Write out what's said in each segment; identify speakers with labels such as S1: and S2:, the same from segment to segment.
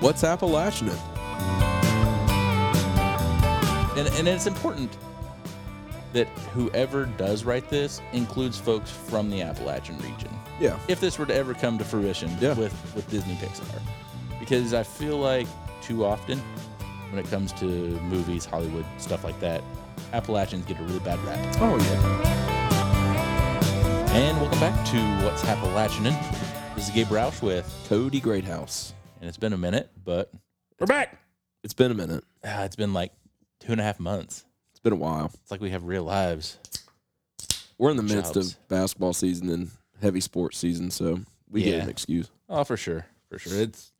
S1: What's Appalachian?
S2: And, and it's important that whoever does write this includes folks from the Appalachian region.
S1: Yeah.
S2: If this were to ever come to fruition
S1: Yeah.
S2: with, with Disney Pixar. Because I feel like too often when it comes to movies, Hollywood, stuff like that, Appalachians get a really bad rap.
S1: Oh yeah.
S2: And welcome back to What's Appalachian. This is Gabe Roush with,
S1: Cody Greathouse.
S2: and it's been a minute, but
S1: We're back. It's been a minute.
S2: ah, it's been like two and a half months.
S1: It's been a while.
S2: It's like we have real lives.
S1: We're in the midst
S2: Jobs.
S1: of basketball season and heavy sports season, so we get
S2: Yeah.
S1: an excuse.
S2: Oh, for sure. For sure.
S1: It's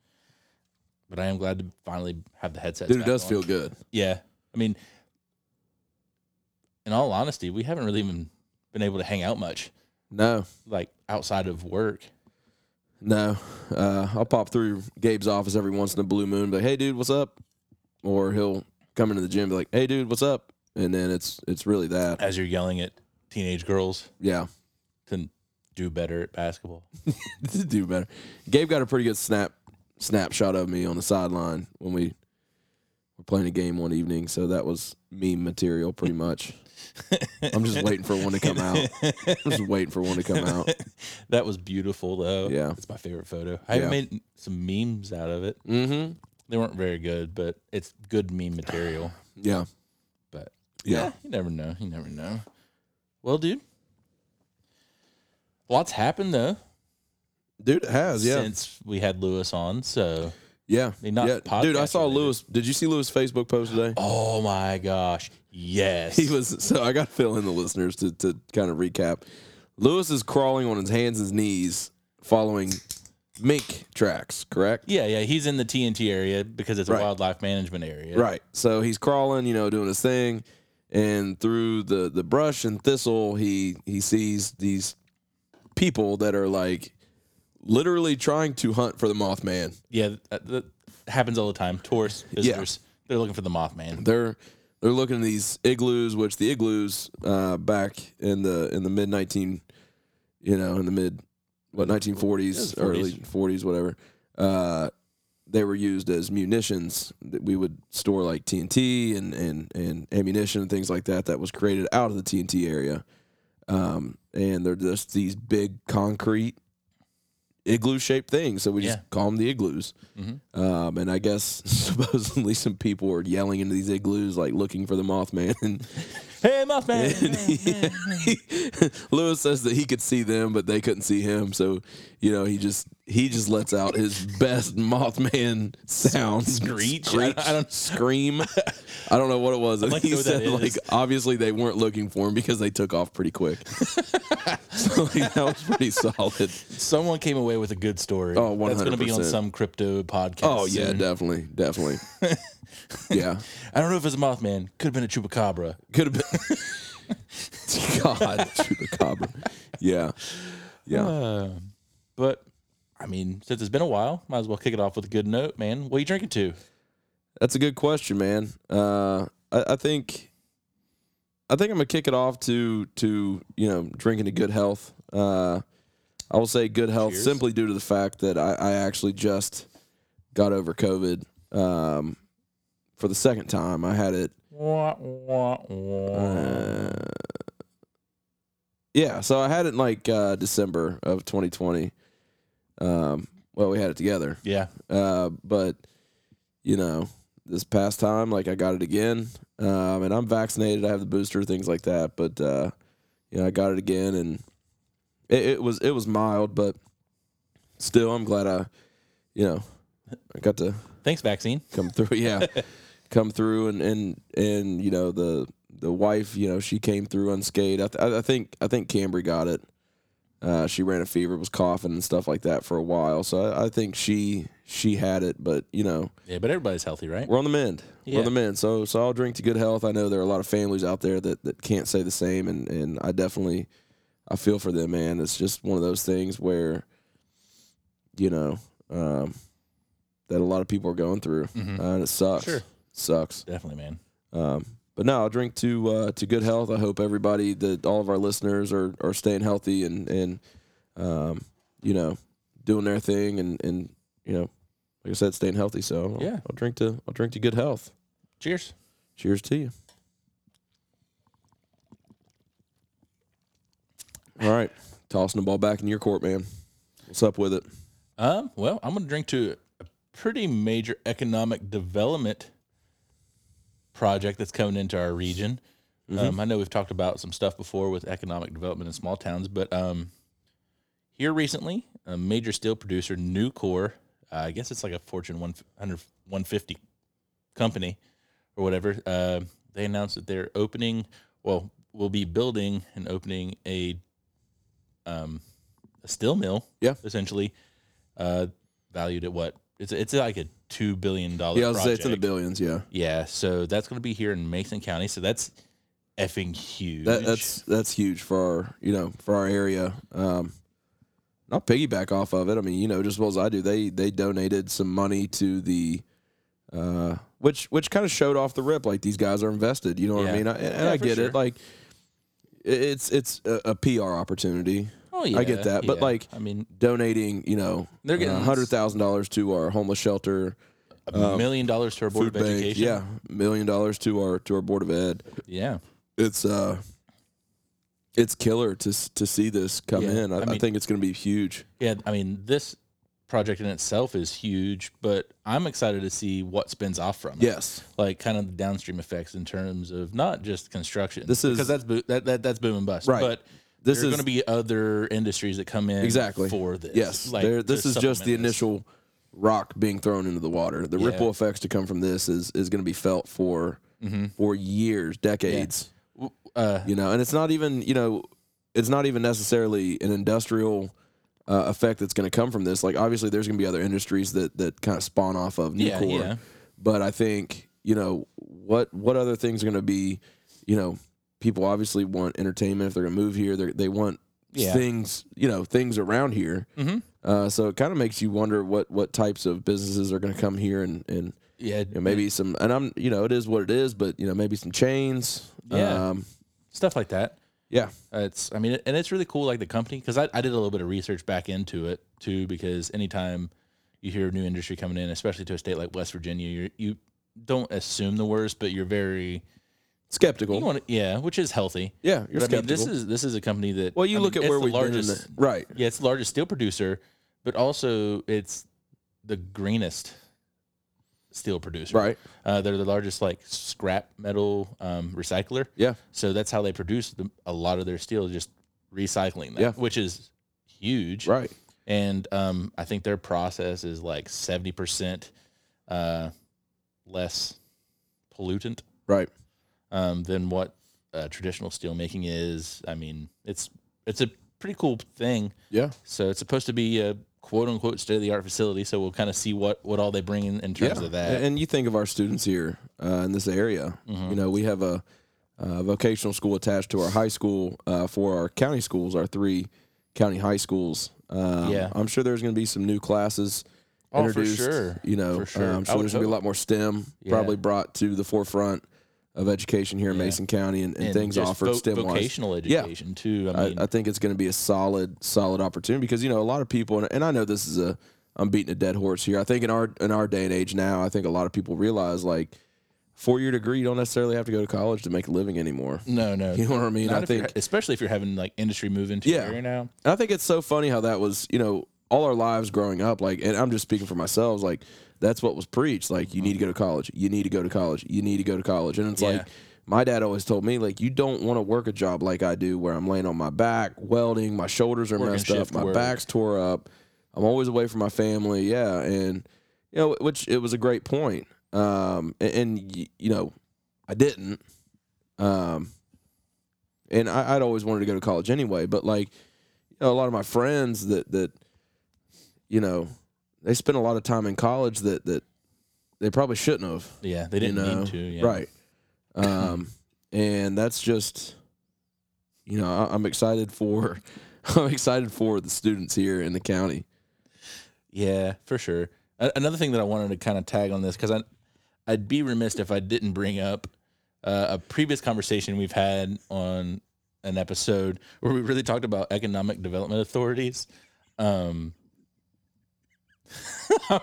S2: But I am glad to finally have the headset.
S1: dude, it does feel good.
S2: Yeah. I mean, in all honesty, we haven't really even been able to hang out much,
S1: No,
S2: like outside of work.
S1: no. Uh, I'll pop through Gabe's office every once in a blue moon, be like, "Hey, dude, what's up?" Or he'll come into the gym, be like, "Hey, dude, what's up?" And then it's it's really that.
S2: As you're yelling at teenage girls
S1: Yeah,
S2: to do better at basketball.
S1: to do better. Gabe got a pretty good snap snapshot of me on the sideline when we were playing a game one evening, so that was meme material pretty much. I'm just waiting for one to come out. I'm just waiting for one to come out.
S2: that was beautiful, though.
S1: Yeah.
S2: It's my favorite photo. I
S1: Yeah.
S2: made some memes out of it.
S1: Mm-hmm.
S2: They weren't very good, but it's good meme material.
S1: Yeah.
S2: But
S1: Yeah.
S2: you never know. You never know. Well, dude, lots happened, though.
S1: Dude, it has, yeah.
S2: since we had Lewis on. So,
S1: yeah.
S2: mean, not
S1: yeah. Dude, I
S2: podcast
S1: saw
S2: related.
S1: Lewis. Did you see Lewis' Facebook post today?
S2: oh my gosh, yes,
S1: He was so I gotta fill in the listeners to, to kind of recap. Lewis is crawling on his hands and knees following mink tracks, correct?
S2: Yeah, yeah, he's in the TNT area because it's a
S1: Right.
S2: wildlife management area.
S1: Right. So he's crawling, you know, doing his thing, and through the the brush and thistle, he he sees these people that are like literally trying to hunt for the Mothman.
S2: Yeah, that, that happens all the time. Tourists, visitors, they're looking for the Mothman.
S1: They're they're looking at these igloos, which the igloos uh, back in the in the mid nineteen, you know, in the mid what nineteen forties,
S2: Yeah, it was 40s.
S1: early forties, whatever. Uh, they were used as munitions that we would store like TNT and and and ammunition and things like that that was created out of the TNT area. Um, and they're just these big concrete igloo shaped things, so we just
S2: Yeah.
S1: call them the igloos. Um, and I guess supposedly some people were yelling into these igloos, like looking for the Mothman. And,
S2: Hey, Mothman!
S1: and he- Lewis says that he could see them, but they couldn't see him. So, you know, he just he just lets out his best Mothman sound,
S2: Screech?
S1: screech,
S2: I don't-
S1: scream. I don't know what it was. And
S2: like to
S1: he
S2: know what that
S1: said, like,
S2: is.
S1: obviously they weren't looking for him because they took off pretty quick. so like, that was pretty solid.
S2: Someone came away with a good story.
S1: Oh,
S2: That's going to be on
S1: 100%.
S2: some crypto podcast.
S1: Oh yeah,
S2: soon.
S1: definitely, definitely. yeah,
S2: I don't know if it's a Mothman. Could have been a chupacabra.
S1: could have been. God, chupacabra. Yeah, yeah.
S2: Uh, but I mean, since it's been a while, might as well kick it off with a good note, man. What are you drinking to?
S1: That's a good question, man. Uh, I, I think, I think I'm gonna kick it off to to you know drinking to good health. Uh, I will say good health
S2: Cheers.
S1: simply due to the fact that I, I actually just got over COVID um, for the second time. I had it
S2: Wah, wah, wah.
S1: Uh, yeah, so I had it in like uh, December of 2020. Um, well, we had it together,
S2: yeah.
S1: uh, but you know, this past time, like I got it again, um, and I'm vaccinated. I have the booster, things like that. But uh, you know, I got it again, and it, it was it was mild, but still, I'm glad I, you know, I got to
S2: Thanks, vaccine.
S1: come through yeah come through and and and you know the the wife you know she came through unscathed i, th- I think i think cambry got it uh, she ran a fever was coughing and stuff like that for a while so I, I think she she had it but you know
S2: Yeah, but everybody's healthy, right?
S1: we're on the mend we're on
S2: Yeah.
S1: the mend so so i'll drink to good health i know there are a lot of families out there that that can't say the same and and i definitely i feel for them man it's just one of those things where you know um that a lot of people are going through
S2: Mhm.
S1: uh, and it sucks.
S2: Sure.
S1: Sucks.
S2: Definitely, man.
S1: Um, but no, I'll drink to uh, to good health. I hope everybody that all of our listeners are are staying healthy and and um, you know doing their thing and and you know like I said, staying healthy. So I'll-
S2: Yeah.
S1: I'll drink to I'll drink to good health.
S2: Cheers.
S1: Cheers to you. All right, tossing the ball back in your court, man. What's up with it?
S2: Um, well, I'm going to drink to a pretty major economic development project that's coming into our region.
S1: Mm-hmm.
S2: Um, I know we've talked about some stuff before with economic development in small towns, but um, here recently, a major steel producer, Nucor, uh, I guess it's like a Fortune 100 150 company or whatever, uh, they announced that they're opening, well, will be building and opening a, um, a steel mill,
S1: Yeah.
S2: essentially, uh, valued at what? It's it's like a two billion dollar.
S1: Yeah, I was gonna say it's in the
S2: Oh, project.
S1: billions. Yeah,
S2: Yeah, so that's going to be here in Mason County. So that's effing huge.
S1: that, that's that's huge for our you know for our area. Um, I'll piggyback off of it. I mean, you know, just as well as I do, they they donated some money to the, uh, which which kind of showed off the rip. Like these guys are invested. You know what I
S2: Yeah.
S1: mean? I, and
S2: Yeah,
S1: I
S2: for
S1: get
S2: sure.
S1: it. Like it- it's it's a, a PR opportunity.
S2: oh
S1: I get that, but, like-
S2: I mean,
S1: Donating, you know,
S2: They're getting-
S1: uh, hundred thousand dollars to our homeless shelter,
S2: a million dollars to our board
S1: um, food
S2: of
S1: bank.
S2: education.
S1: Yeah, million dollars to our to our board of ed.
S2: yeah.
S1: it's uh it's killer to s- to see this come
S2: Yeah,
S1: in. I,
S2: I
S1: I,
S2: mean-
S1: think it's going to be huge.
S2: Yeah, I mean, this project in itself is huge, but I'm excited to see what spins off from it.
S1: Yes,
S2: Like kind of the downstream effects in terms of not just construction.
S1: This is-
S2: because that's bo- that, that that's boom and bust.
S1: Right.
S2: But
S1: This
S2: there are
S1: is-
S2: going to be uh, other industries that come in
S1: Exactly.
S2: for this.
S1: yes. there,
S2: to
S1: this is just the
S2: supplement this.
S1: initial rock being thrown into the water. The
S2: Yeah.
S1: ripple effects to come from this is is going to be felt for for years, decades.
S2: W- Mm-hmm. Uh,
S1: You know, and it's not even you know, it's not even necessarily an industrial. Uh, effect that's going to come from this like obviously there's going to be other industries that that kind of spawn off of
S2: Yeah,
S1: Nucor.
S2: yeah.
S1: but I think you know what what other things are going to be. You know, people obviously want entertainment if they're going to move here. They they want
S2: Yeah.
S1: things you know things around here. Uh, so it kind of makes you wonder what what types of businesses are going to come here and and
S2: yeah,
S1: you know, maybe some and I'm you know it is what it is, but you know maybe some chains.
S2: Yeah.
S1: Um,
S2: stuff like that.
S1: yeah.
S2: Uh, It's, I mean, and it's really cool, like the company, because I, I did a little bit of research back into it too, because anytime you hear a new industry coming in, especially to a state like West Virginia, you you don't assume the worst, but you're very,
S1: Skeptical.
S2: you want to, yeah, which is healthy.
S1: yeah, you're
S2: But, I
S1: skeptical.
S2: mean, this is this is a company that.
S1: well, you
S2: I
S1: look
S2: mean,
S1: at
S2: it's
S1: where
S2: the
S1: we've
S2: largest,
S1: been, in the, right?
S2: Yeah, it's the largest steel producer, but also it's the greenest steel producer.
S1: Right.
S2: Uh, they're the largest like scrap metal um, recycler.
S1: Yeah.
S2: So that's how they produce the, a lot of their steel, just recycling that,
S1: Yeah.
S2: which is huge.
S1: Right.
S2: And um, I think their process is like 70% uh, less pollutant
S1: Right.
S2: um, than what uh, traditional steel making is. I mean, it's it's a pretty cool thing.
S1: Yeah.
S2: So it's supposed to be a quote unquote state of the art facility. So we'll kind of see what, what all they bring in, in terms of that.
S1: A- And you think of our students here uh, in this area.
S2: Mm-hmm.
S1: You know, we have a, uh vocational school attached to our high school uh, for our county schools, our three county high schools. Um,
S2: Yeah.
S1: I'm sure there's going to be some new classes
S2: Oh, for
S1: introduced.
S2: sure.
S1: You know,
S2: For sure.
S1: uh, I'm
S2: I
S1: sure
S2: would
S1: there's going to be a
S2: hope.
S1: lot more STEM
S2: Yeah.
S1: probably brought to the forefront of education here in Mason County and, and, things
S2: just
S1: offered
S2: vo-
S1: STEM wise.
S2: vocational education too. I mean,
S1: I, I think it's going to be a solid, solid opportunity because you know a lot of people, and, and I know this is a, I'm beating a dead horse here. I think in our in our day and age now, I think a lot of people realize like four year degree, you don't necessarily have to go to college to make a living anymore.
S2: no, no,
S1: You know what I mean?
S2: Mm. Not
S1: I
S2: if you're-
S1: think,
S2: especially if you're having like industry move into
S1: Yeah.
S2: your area now.
S1: and I think it's so funny how that was, you know, all our lives growing up. Like, and I'm just speaking for myself. Like, that's what was preached. Like, you need to go to college. You need to go to college. You need to go to college. And it's
S2: Yeah.
S1: like. My dad always told me, like, you don't want to work a job like I do, where I'm laying on my back, welding, my shoulders are
S2: Working
S1: messed up,
S2: shift
S1: my
S2: work.
S1: back's tore up, I'm always away from my family. Yeah, and you know, which it was a great point. Um, and, and y- you know, I didn't. Um, and I, I'd always wanted to go to college anyway, but like, you know, a lot of my friends that that you know they spent a lot of time in college that that they probably shouldn't have.
S2: Yeah, they didn't
S1: you know,
S2: need to. Yeah.
S1: right? Um, and that's just you know I, I'm excited for I'm excited for the students here in the county.
S2: Yeah, for sure. A- another thing that I wanted to kind of tag on this because I, I'd be remiss if I didn't bring up uh, a previous conversation we've had on an episode where we really talked about economic development authorities. Um,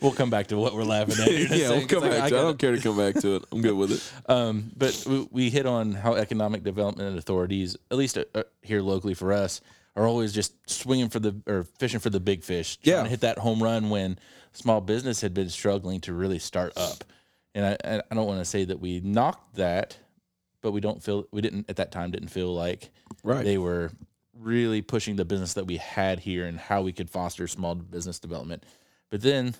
S2: we'll come back to what we're laughing at. here in a
S1: yeah, we'll
S2: second, 'cause
S1: come back. to it.
S2: I,
S1: I
S2: gotta-
S1: don't care to come back to it. I'm good with it.
S2: Um, but we, we hit on how economic development authorities, at least uh, uh, here locally for us, are always just swinging for the or fishing for the big fish, trying
S1: Yeah.
S2: to hit that home run when small business had been struggling to really start up. And I- I, I don't want to say that we knocked that, but we don't feel we didn't at that time didn't feel like
S1: Right.
S2: they were really pushing the business that we had here and how we could foster small business development. But then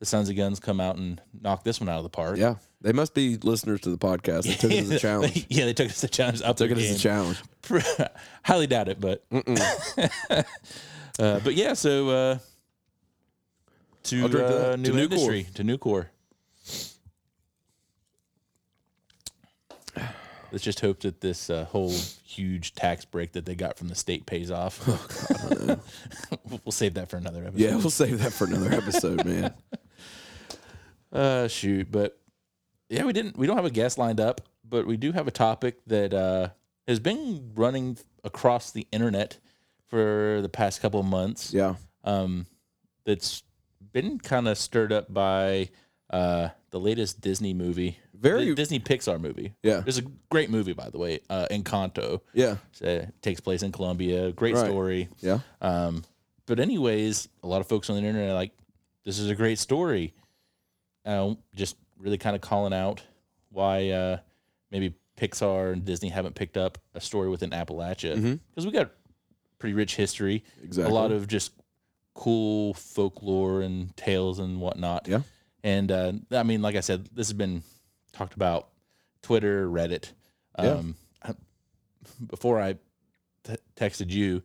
S2: the Sons of Guns come out and knock this one out of the park.
S1: yeah, they must be listeners to the podcast. They took it as a challenge.
S2: yeah, they took it as a challenge. Up
S1: took
S2: their
S1: it as a
S2: game.
S1: challenge.
S2: Highly doubt it, but uh, but yeah. So uh, to,
S1: I'll drink to
S2: uh,
S1: that.
S2: new
S1: To Nucor.
S2: industry to new core. Let's just hope that this uh, whole huge tax break that they got from the state pays off. we'll save that for another episode.
S1: Oh, Yeah, we'll save that for another episode, man.
S2: Uh, shoot, but yeah, we didn't. We don't have a guest lined up, but we do have a topic that uh, has been running across the internet for the past couple of months.
S1: Yeah.
S2: Um, that's been kind of stirred up by uh, the latest Disney movie,
S1: Very-
S2: the Disney Pixar movie.
S1: Yeah.
S2: There's a great movie, by the way, uh, Encanto.
S1: Yeah.
S2: So it takes place in Colombia. Great
S1: Right.
S2: story.
S1: Yeah.
S2: Um, but anyways, a lot of folks on the internet are like, this is a great story. Um, just really kind of calling out why uh, maybe Pixar and Disney haven't picked up a story within Appalachia because we got pretty rich history,
S1: Exactly.
S2: a lot of just cool folklore and tales and whatnot.
S1: Yeah.
S2: And uh, I mean, like I said, this has been talked about Twitter, Reddit.
S1: Yeah.
S2: Um, I- before I t- texted you,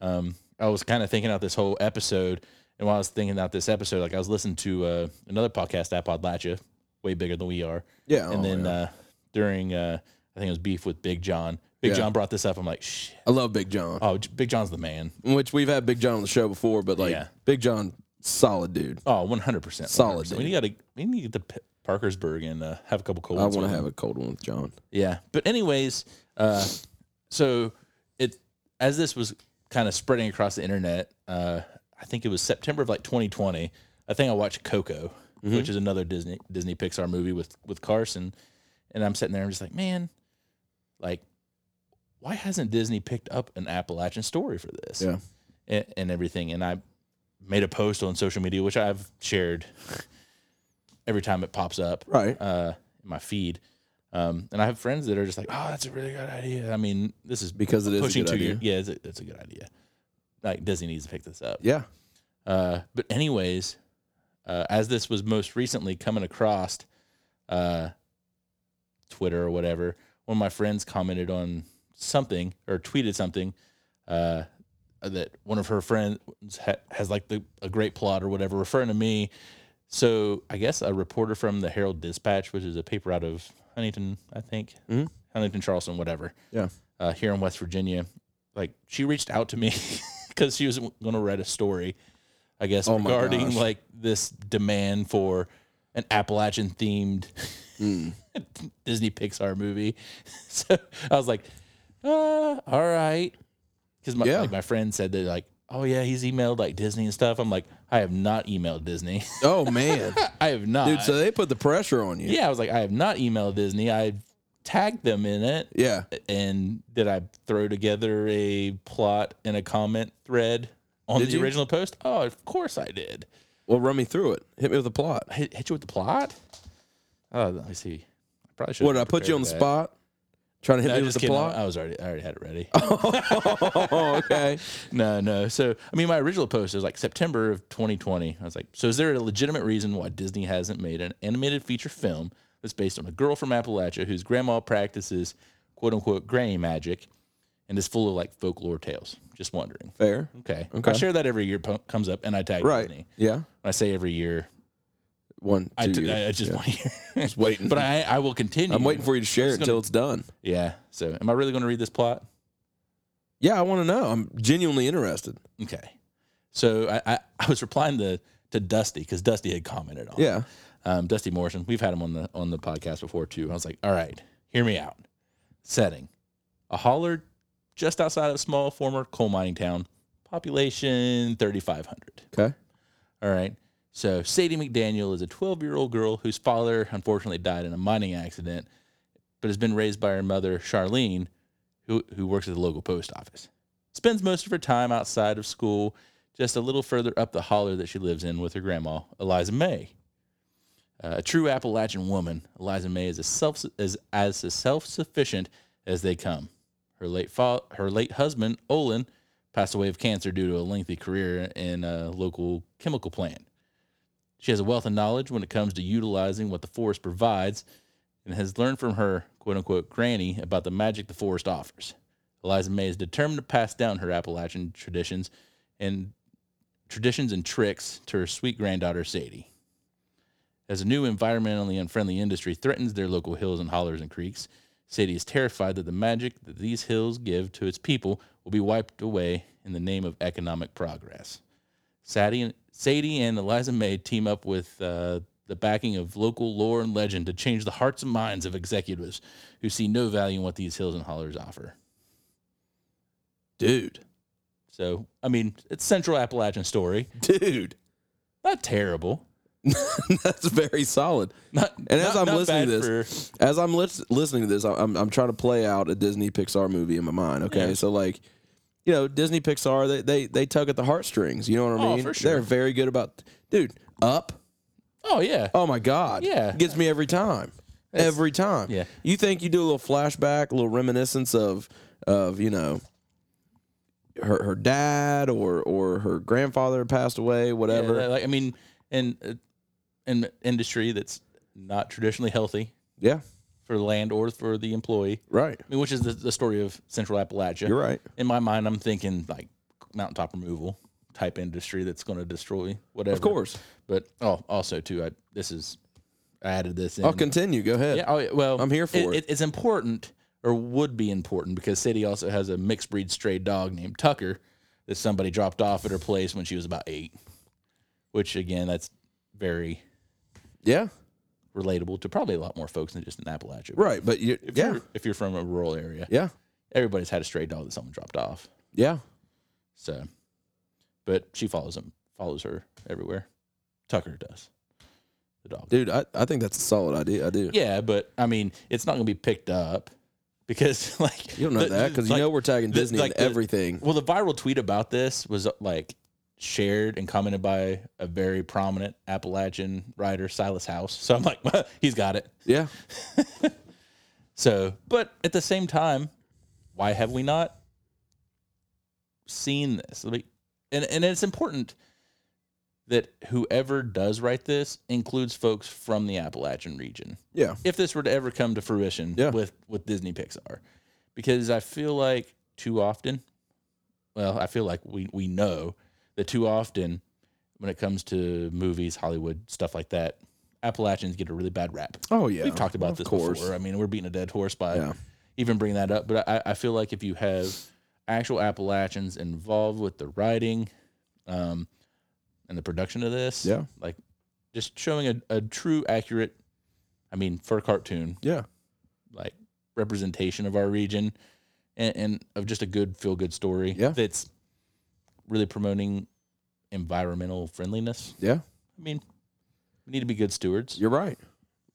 S2: um, I was kind of thinking out this whole episode. And while I was thinking out this episode, like I was listening to uh, another podcast, Appalachia, way bigger than we are.
S1: Yeah.
S2: And
S1: oh,
S2: then
S1: yeah.
S2: uh, during, uh, I think it was beef with Big John. Big
S1: Yeah.
S2: John brought this up. I'm like, shit.
S1: I love Big John,
S2: Oh, J- Big John's the man.
S1: which we've had Big John on the show before, but like
S2: Yeah.
S1: Big John, solid dude.
S2: Oh, 100%.
S1: Solid
S2: 100%. We got to we need to get to P- Parkersburg and uh, have a couple cold
S1: I
S2: ones
S1: want
S2: with
S1: to
S2: him.
S1: have a cold one with John.
S2: Yeah. But anyways, uh, so it as this was kind of spreading across the internet, uh, I think it was September of like 2020. I think I watched Coco, which is another Disney Disney Pixar movie with with Carson, and I'm sitting there. I'm just like, man, like, why hasn't Disney picked up an Appalachian story for this?
S1: Yeah.
S2: and, and everything. And I made a post on social media, which I've shared every time it pops up
S1: Right.
S2: uh, in my feed. Um, and I have friends that are just like, "Oh, that's a really good idea." I mean, this is
S1: Because it is a
S2: pushing
S1: good
S2: to your
S1: idea.
S2: yeah, it's a, it's a good idea. Like Disney needs to pick this up.
S1: Yeah.
S2: Uh, but anyways, uh, as this was most recently coming across uh, Twitter or whatever, one of my friends commented on something or tweeted something uh, that one of her friends ha- has like the, a great plot or whatever, referring to me. So I guess a reporter from the Herald Dispatch, which is a paper out of Huntington, I think
S1: Mhm.
S2: Huntington, Charleston, whatever,
S1: Yeah.
S2: uh, here in West Virginia, like she reached out to me because she was going to write a story, I guess,
S1: Oh my
S2: regarding
S1: gosh.
S2: like this demand for an Appalachian themed
S1: Mm.
S2: Disney Pixar movie. so I was like, uh, all right. Because my,
S1: Yeah.
S2: like, my friend said that, like, oh, yeah, he's emailed like Disney and stuff. I'm like, I have not emailed Disney.
S1: Oh man,
S2: I have not.
S1: dude. So they put the pressure on you.
S2: yeah, I was like, I have not emailed Disney. I tagged them in it.
S1: Yeah.
S2: And did I throw together a plot and a comment thread on
S1: Did
S2: the
S1: you?
S2: original post? Oh, of course I did.
S1: Well, run me through it. Hit me with a plot.
S2: I hit, hit you with the plot? Oh, let me see. I probably should.
S1: What did I put you on the spot? Trying to hit
S2: No,
S1: me with
S2: just
S1: the
S2: kidding.
S1: plot?
S2: I was already, I already had it ready.
S1: oh, okay.
S2: No, no. So, I mean, my original post was like September of 2020. I was like, so is there a legitimate reason why Disney hasn't made an animated feature film that's based on a girl from Appalachia whose grandma practices quote unquote granny magic and is full of like folklore tales? Just wondering.
S1: Fair.
S2: Okay.
S1: Okay.
S2: I share that every year po- comes up and I tag
S1: Right.
S2: Disney.
S1: Yeah.
S2: When I say every year.
S1: One. Two
S2: I, t-
S1: years.
S2: I I just
S1: Yeah.
S2: one year. just
S1: waiting.
S2: But I, I will continue.
S1: I'm waiting for you to share it
S2: just
S1: until it's done.
S2: Yeah. So, am I really going to read this plot?
S1: Yeah, I want to know. I'm genuinely interested.
S2: Okay. So I, I, I was replying to, to Dusty because Dusty had commented on it.
S1: Yeah.
S2: um, Dusty Morrison. We've had him on the on the podcast before too. I was like, all right, hear me out. Setting a holler just outside of a small former coal mining town, population thirty five hundred.
S1: Okay.
S2: All right. So Sadie McDaniel is a 12 year old girl whose father unfortunately died in a mining accident, but has been raised by her mother, Charlene, who, who works at the local post office. Spends most of her time outside of school, just a little further up the holler that she lives in with her grandma, Eliza May. Uh, a true Appalachian woman, Eliza May is as self is as self sufficient as they come. Her late fa- her late husband Olin passed away of cancer due to a lengthy career in a local chemical plant. She has a wealth of knowledge when it comes to utilizing what the forest provides, and has learned from her quote unquote granny about the magic the forest offers. Eliza May is determined to pass down her Appalachian traditions and traditions and tricks to her sweet granddaughter Sadie as a new environmentally unfriendly industry threatens their local hills and hollers and creeks. Sadie is terrified that the magic that these hills give to its people will be wiped away in the name of economic progress. Sadie and, Sadie and Eliza May team up with uh, the backing of local lore and legend to change the hearts and minds of executives who see no value in what these hills and hollers offer.
S1: Dude.
S2: So, I mean, it's Central Appalachian story.
S1: Dude.
S2: Not terrible.
S1: That's very solid.
S2: Not,
S1: And as
S2: not-
S1: I'm
S2: not
S1: listening to
S2: bad
S1: this-
S2: for-
S1: As I'm lis- listening to this, I- I'm I'm trying to play out a Disney Pixar movie in my mind. Okay,
S2: Yeah.
S1: so like, you know, Disney Pixar, they they they tug at the heartstrings. You know what I
S2: Oh,
S1: mean?
S2: for sure.
S1: They're very good about, dude. Up.
S2: oh, yeah.
S1: Oh my God.
S2: Yeah.
S1: Gets me every time.
S2: That's-
S1: every time.
S2: yeah.
S1: You think you do a little flashback, a little reminiscence of of, you know, her her dad or or her grandfather passed away,
S2: Yeah,
S1: whatever. Yeah.
S2: like I mean, in uh, an industry that's not traditionally healthy for the land or for the employee,
S1: Right.
S2: I mean, which is the, the story of Central Appalachia.
S1: You're right.
S2: In my mind, I'm thinking like mountaintop removal type industry that's going to destroy whatever.
S1: Of course.
S2: but oh, also too, I this is I added this in.
S1: I'll continue. Go ahead.
S2: Yeah, oh, yeah, well,
S1: I'm here for it.
S2: It's important, or would be important, because Sadie also has a mixed breed stray dog named Tucker that somebody dropped off at her place when she was about eight. Which again, that's very
S1: Yeah.
S2: relatable to probably a lot more folks than just in Appalachia.
S1: Right. But you
S2: If
S1: yeah.
S2: you're, if you're from a rural area,
S1: Yeah.
S2: everybody's had a stray dog that someone dropped off.
S1: Yeah.
S2: So, but she follows him, follows her everywhere. Tucker does. The dog.
S1: Dude, I, I think that's a solid idea. I do.
S2: Yeah, but I mean, it's not going to be picked up because like
S1: You don't know
S2: the-
S1: that because
S2: like,
S1: you know we're tagging
S2: the-
S1: Disney
S2: like
S1: in
S2: the-
S1: everything.
S2: Well, the viral tweet about this was uh, like shared and commented by a very prominent Appalachian writer, Silas House. So I'm like, he's got it.
S1: Yeah.
S2: So, but at the same time, why have we not seen this? Like, and and it's important that whoever does write this includes folks from the Appalachian region
S1: Yeah.
S2: if this were to ever come to fruition
S1: Yeah.
S2: with with Disney Pixar, because I feel like too often, well, I feel like we we know that too often when it comes to movies, Hollywood stuff like that, Appalachians get a really bad rap.
S1: Oh yeah.
S2: We've talked about
S1: Of
S2: this
S1: course.
S2: before. I mean, we're beating a dead horse by
S1: Yeah.
S2: even bringing that up, but I, I feel like if you have actual Appalachians involved with the writing, um, and the production of this,
S1: Yeah.
S2: like just showing a, a true accurate, I mean, for a cartoon,
S1: Yeah.
S2: like representation of our region and, and of just a good feel good story
S1: Yeah.
S2: that's really promoting environmental friendliness.
S1: Yeah.
S2: I mean, we need to be good stewards.
S1: You're right.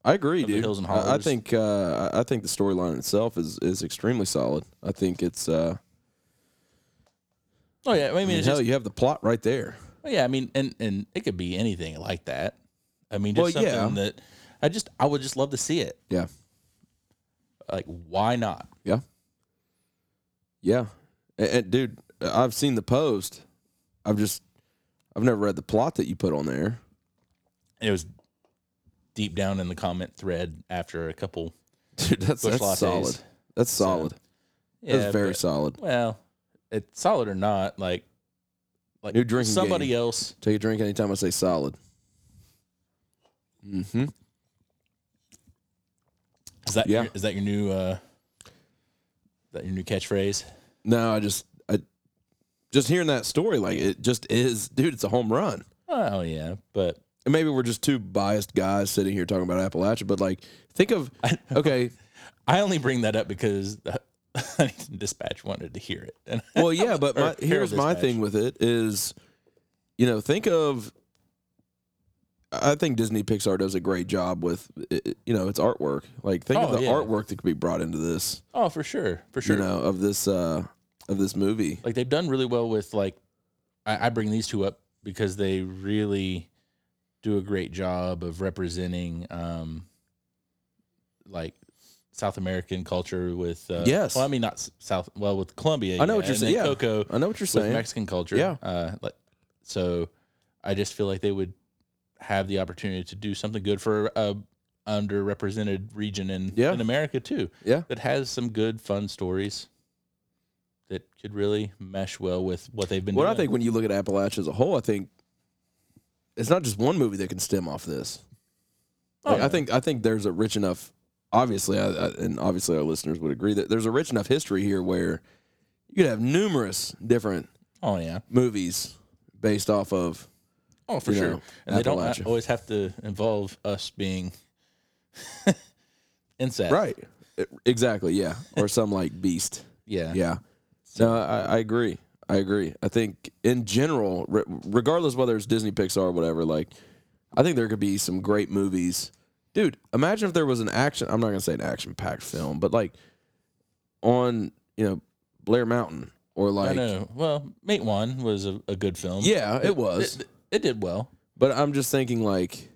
S1: I agree,
S2: Of the
S1: dude.
S2: hills and
S1: I- I
S2: hollers.
S1: think uh, I I think the storyline itself is is extremely solid. I think it's. Uh,
S2: Oh yeah, I
S1: I
S2: mean,
S1: mean,
S2: it's
S1: hell,
S2: just,
S1: you have the plot right there.
S2: oh, yeah, I mean, and and it could be anything like that. I mean, just
S1: Well,
S2: something
S1: yeah.
S2: that I just I would just love to see it.
S1: Yeah.
S2: Like, why not?
S1: Yeah, and, and dude, I've seen the post. I've just, I've never read the plot that you put on there.
S2: And it was deep down in the comment thread after a couple.
S1: Dude, that's
S2: Bush
S1: that's
S2: lattes.
S1: solid. That's solid.
S2: Yeah,
S1: that's very
S2: but-
S1: solid.
S2: Well, it's solid or not, like like
S1: New drinking
S2: somebody
S1: game.
S2: else.
S1: Take a drink anytime I say solid. Mm-hmm.
S2: Is that
S1: Yeah.
S2: your, is that your new uh that your new catchphrase?
S1: No, I just, I, just hearing that story, like it just is, dude. It's a home run.
S2: Oh yeah, but
S1: and maybe we're just two biased guys sitting here talking about Appalachia, but like, think of okay,
S2: I only bring that up because the Huntington Dispatch wanted to hear it. And
S1: well, yeah, but
S2: Or
S1: my,
S2: Herald
S1: here's my
S2: Dispatch.
S1: thing with it is, you know, think of I think Disney Pixar does a great job with it, you know its artwork. Like think of
S2: Oh,
S1: the
S2: yeah.
S1: artwork that could be brought into this,
S2: Oh, for sure, for sure.
S1: you know, of this uh of this movie.
S2: like they've done really well with like I, I bring these two up because they really do a great job of representing um like South American culture with uh,
S1: Yes.
S2: well I mean not s- South well with Colombia
S1: I know what you're
S2: and
S1: saying,
S2: then
S1: yeah.
S2: Coco
S1: I know what you're
S2: with
S1: saying.
S2: Mexican culture
S1: Yeah.
S2: uh like so I just feel like they would have the opportunity to do something good for a underrepresented region in
S1: Yeah.
S2: in America too
S1: Yeah.
S2: that has some good fun stories that could really mesh well with what they've been
S1: Well, I
S2: doing.
S1: think when you look at Appalachia as a whole, I think it's not just one movie that can stem off this.
S2: Oh,
S1: Like,
S2: yeah.
S1: I think I think there's a rich enough. Obviously, I, I, and obviously our listeners would agree that there's a rich enough history here where you could have numerous different
S2: oh yeah,
S1: movies based off of.
S2: oh for
S1: You
S2: sure,
S1: know,
S2: and they don't ha-
S1: Appalachia.
S2: always have to involve us being insects,
S1: Right. E- Exactly. Yeah. Or some like beast.
S2: Yeah,
S1: Yeah. No, I, I agree. I agree. I think in general, re- regardless whether it's Disney, Pixar, or whatever, like I think there could be some great movies. Dude, imagine if there was an action. I'm not gonna say an action-packed film, but like on you know Blair Mountain or
S2: I
S1: like
S2: know. Well, Mate One was a, a good film.
S1: yeah, it was.
S2: it, it did well.
S1: But I'm just thinking like,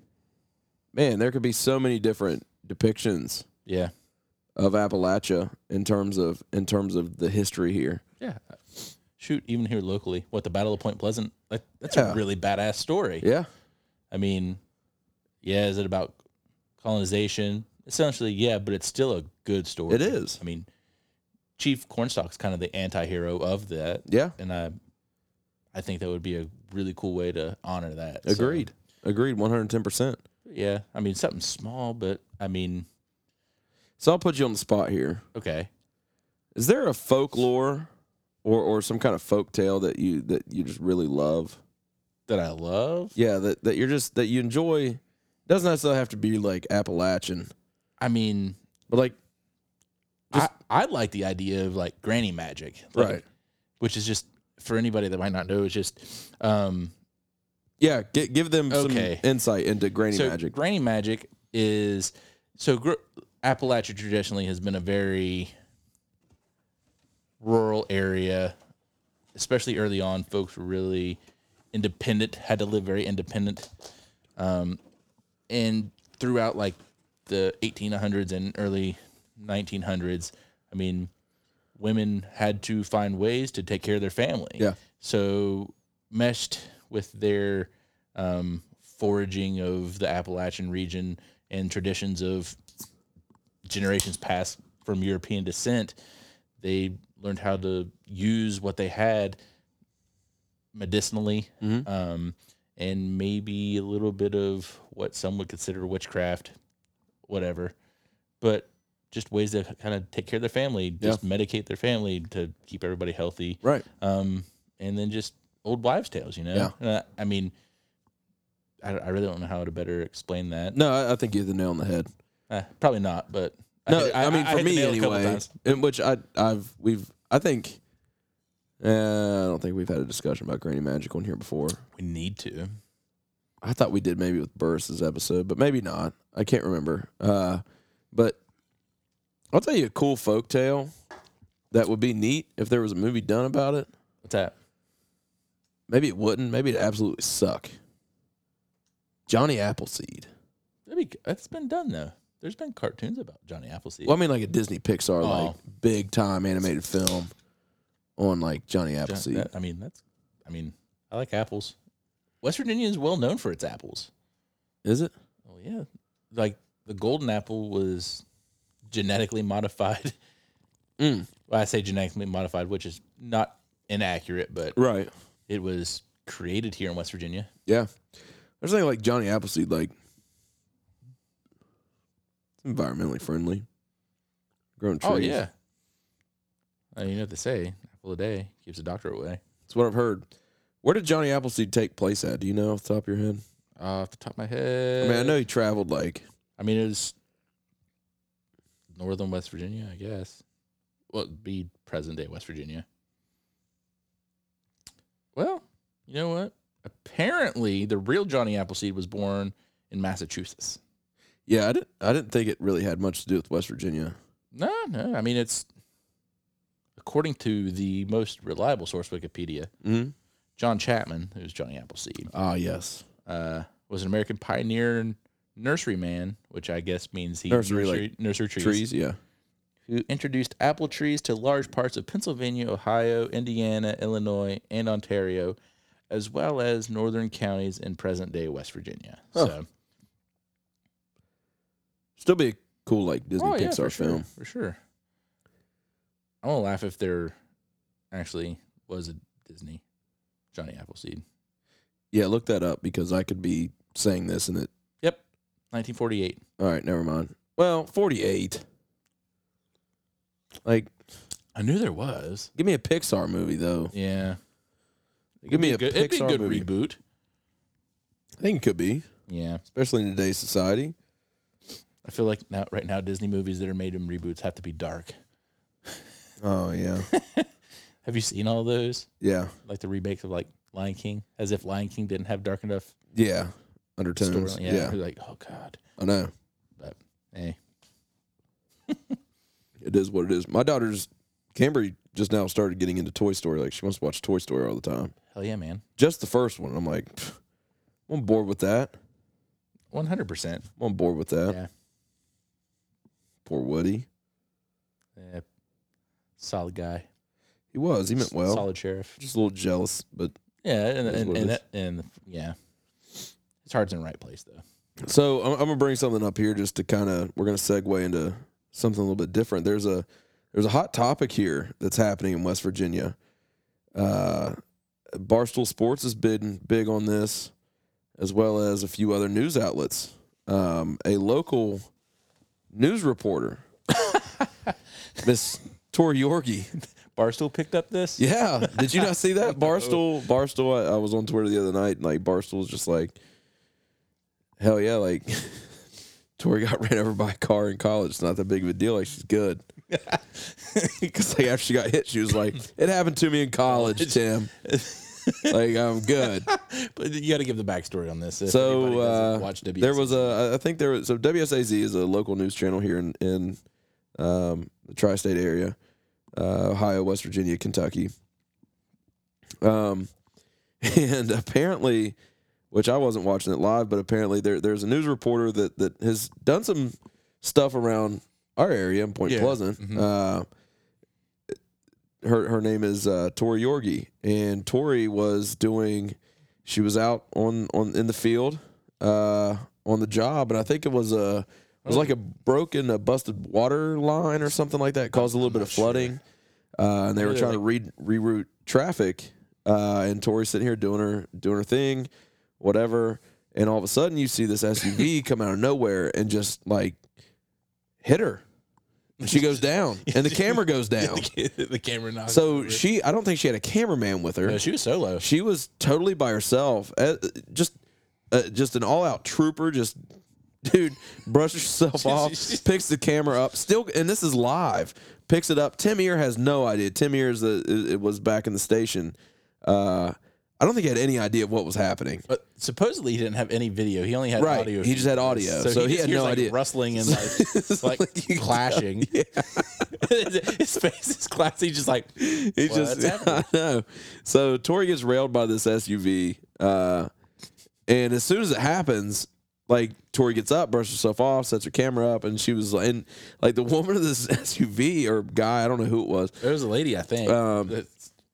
S1: man, there could be so many different depictions
S2: Yeah,
S1: of Appalachia in terms of in terms of the history here.
S2: yeah. Shoot, even here locally, what the Battle of Point Pleasant? That, that's
S1: Yeah.
S2: a really badass story.
S1: Yeah.
S2: I mean, yeah, is it about colonization? Essentially, yeah, but it's still a good story.
S1: It is.
S2: I mean, Chief Cornstalk's kind of the anti-hero of that,
S1: Yeah.
S2: and I, I think that would be a really cool way to honor that. So,
S1: Agreed. Agreed. One hundred ten percent.
S2: yeah, I mean something small, but I mean,
S1: So I'll put you on the spot here.
S2: okay.
S1: Is there a folklore or or some kind of folk tale that you that you just really love?
S2: That I love.
S1: Yeah, that, that you're just that you enjoy. Doesn't necessarily have to be like Appalachian,
S2: I mean,
S1: but like Just-
S2: I, I like the idea of like granny magic, like,
S1: Right.
S2: Which is just for anybody that might not know, it's just um,
S1: yeah, gi- give them
S2: Okay.
S1: some insight into granny
S2: so
S1: magic.
S2: Granny magic is so gr- Appalachia traditionally has been a very rural area, especially early on. Folks were really independent, had to live very independent, um, and throughout like the 1800s and early 1900s, I mean, women had to find ways to take care of their family.
S1: Yeah.
S2: So meshed with their um, foraging of the Appalachian region and traditions of generations past from European descent, they learned how to use what they had medicinally,
S1: Mhm.
S2: um, and maybe a little bit of what some would consider witchcraft, whatever. But just ways to kind of take care of their family, just medicate their family to keep everybody healthy
S1: Right.
S2: um, and then just old wives' tales. You know,
S1: Yeah.
S2: And I, I mean, I, I really don't know how to better explain that.
S1: No, I, I think you hit the nail on the head.
S2: Uh, probably not, but
S1: No,
S2: hit-
S1: I, mean for
S2: hit the
S1: me
S2: nail a couple
S1: anyway.
S2: times.
S1: In which I I've we've I think uh, I don't think we've had a discussion about granny magic on here before.
S2: we need to.
S1: I thought we did maybe with Burris's episode, but maybe not. I can't remember. Uh, but I'll tell you a cool folk tale that would be neat if there was a movie done about it.
S2: What's that?
S1: Maybe it wouldn't. Maybe it'd absolutely suck. Johnny Appleseed.
S2: That'd be, g- that's been done though. There's been cartoons about Johnny Appleseed.
S1: Well, I mean, like a Disney Pixar, like
S2: Oh.
S1: big time animated film on like Johnny
S2: Jo-
S1: Appleseed.
S2: that- I mean, that's. I mean, I like apples. West Virginia is well known for its apples.
S1: Is it?
S2: Oh yeah, like the golden apple was genetically modified.
S1: Mm.
S2: Well, I say genetically modified, which is not inaccurate, but
S1: Right.
S2: it was created here in West Virginia.
S1: Yeah. There's something like Johnny Appleseed, like it's environmentally friendly. Grown
S2: Oh,
S1: trees.
S2: I mean, you know what they say: apple a day keeps the doctor away.
S1: That's what I've heard. Where did Johnny Appleseed take place at? Do you know off the top of your head?
S2: Uh, off the top of my
S1: I
S2: head,
S1: mean, I know he traveled like
S2: I mean, it was northern West Virginia, I guess. Well, it'd be present day West Virginia. Well, you know what? Apparently, the real Johnny Appleseed was born in Massachusetts.
S1: Yeah, I didn't. I didn't think it really had much to do with West Virginia.
S2: No, no. I mean, it's according to the most reliable source, Wikipedia.
S1: Mm-hmm.
S2: John Chapman, who's Johnny Appleseed,
S1: Ah, yes.
S2: uh, was an American pioneer and nurseryman, which I guess means he
S1: Nursery,
S2: nursery trees,
S1: Trees. Yeah.
S2: who introduced apple trees to large parts of Pennsylvania, Ohio, Indiana, Illinois, and Ontario, as well as northern counties in present-day West Virginia.
S1: Huh.
S2: So,
S1: Still be a cool like Disney
S2: Oh, yeah,
S1: Pixar
S2: for sure,
S1: film.
S2: for sure. I won't laugh if there actually was a Disney Johnny Appleseed,
S1: Yeah, look that up because I could be saying this and it.
S2: 1948.
S1: All right, never mind. Well, forty-eight. Like,
S2: I knew there was.
S1: give me a Pixar movie though.
S2: Yeah.
S1: Give me a
S2: good,
S1: Pixar
S2: it'd be a good
S1: movie.
S2: reboot.
S1: I think it could be,
S2: Yeah,
S1: especially in today's society.
S2: I feel like now, right now, Disney movies that are made in reboots have to be dark.
S1: Oh yeah,
S2: Have you seen all those?
S1: yeah,
S2: Like the remakes of like Lion King, as if Lion King didn't have dark enough
S1: yeah. Undertones.
S2: storyline.
S1: Yeah. Eh.
S2: Yeah, you're like oh god.
S1: I know.
S2: Hey,
S1: It is what it is. My daughter's Cambry just now started getting into Toy Story. Like she wants to watch Toy Story all the time.
S2: hell yeah, man,
S1: Just the first one. I'm like, "Pff, I'm on board with that.
S2: one hundred percent.
S1: I'm on board with that.
S2: Yeah.
S1: Poor Woody.
S2: Eh, Solid guy.
S1: He was. He meant well.
S2: Solid sheriff.
S1: Just a little jealous, but
S2: Yeah,
S1: Is what
S2: and and
S1: it
S2: and,
S1: is.
S2: that, and yeah, his heart's in the right place though.
S1: So I'm, I'm gonna bring something up here just to kind of we're gonna segue into something a little bit different. There's a there's a hot topic here that's happening in West Virginia. Uh, Barstool Sports has been big on this, as well as a few other news outlets. Um, a local news reporter, Miss Tori Yorgi.
S2: Barstool picked up this.
S1: Yeah, did you not see that Barstool? Barstool. I, I was on Twitter the other night, and like Barstool's just like, hell yeah, like Tori got ran over by a car in college. It's not that big of a deal. Like she's good. Because like after she got hit, she was like, it happened to me in college, Tim. like I'm good.
S2: but you got to give the backstory on this. if anybody
S1: So
S2: doesn't
S1: uh,
S2: watch WSAC.
S1: there was a I- I think there was so WSAZ is a local news channel here in in um, the tri-state area, uh, Ohio, West Virginia, Kentucky. Um, and apparently, which I wasn't watching it live, but apparently there there's a news reporter that that has done some stuff around our area in Point
S2: Yeah.
S1: Pleasant.
S2: Mhm.
S1: Uh, her her name is uh, Tori Yorgi, and Tori was doing. She was out on on in the field uh, on the job, and I think it was a it was like a broken, a busted water line or something like that, caused a little bit of
S2: not sure.
S1: flooding, uh, and they were
S2: They're
S1: trying to re- reroute traffic. Uh, and Tori's sitting here doing her doing her thing, whatever, and all of a sudden you see this SUV come out of nowhere and just like hit her. And She goes down, and the camera goes down.
S2: the, camera knocked.
S1: So
S2: over.
S1: she, I don't think she had a cameraman with her.
S2: No, she was solo.
S1: She was totally by herself. Uh, just, uh, just an all-out trooper. Just, dude, brush herself off. Picks the camera up. Still, and this is live. Picks it up. Tim Ear has no idea. Tim Ear is the it it was back in the station. Uh, I don't think he had any idea of what was happening.
S2: But supposedly he didn't have any video. He only had
S1: Right.
S2: audio.
S1: He just had audio, so he
S2: just
S1: had
S2: hears,
S1: no
S2: like,
S1: idea.
S2: Rustling and like, like,
S1: you-
S2: clashing. His face is classy. Just like
S1: He
S2: Well,
S1: just,
S2: that's happening.
S1: I know. So Tori gets railed by this SUV, uh, and as soon as it happens, like Tori gets up, brushes herself off, sets her camera up, and she was like, and like the woman of this SUV or guy, I don't know who it was.
S2: there was a lady I think
S1: Um,
S2: that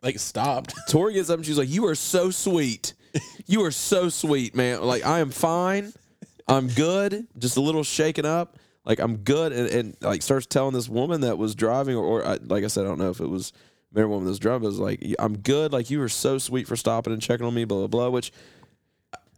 S2: like stopped.
S1: Tori gets up and she's like, "You are so sweet, you are so sweet, man. Like I am fine, I'm good, just a little shaken up." Like I'm good, and, and like starts telling this woman that was driving, or, or I, like I said, I don't know if it was married woman that was driving. But it was like I'm good, like you were so sweet for stopping and checking on me, blah blah blah. Which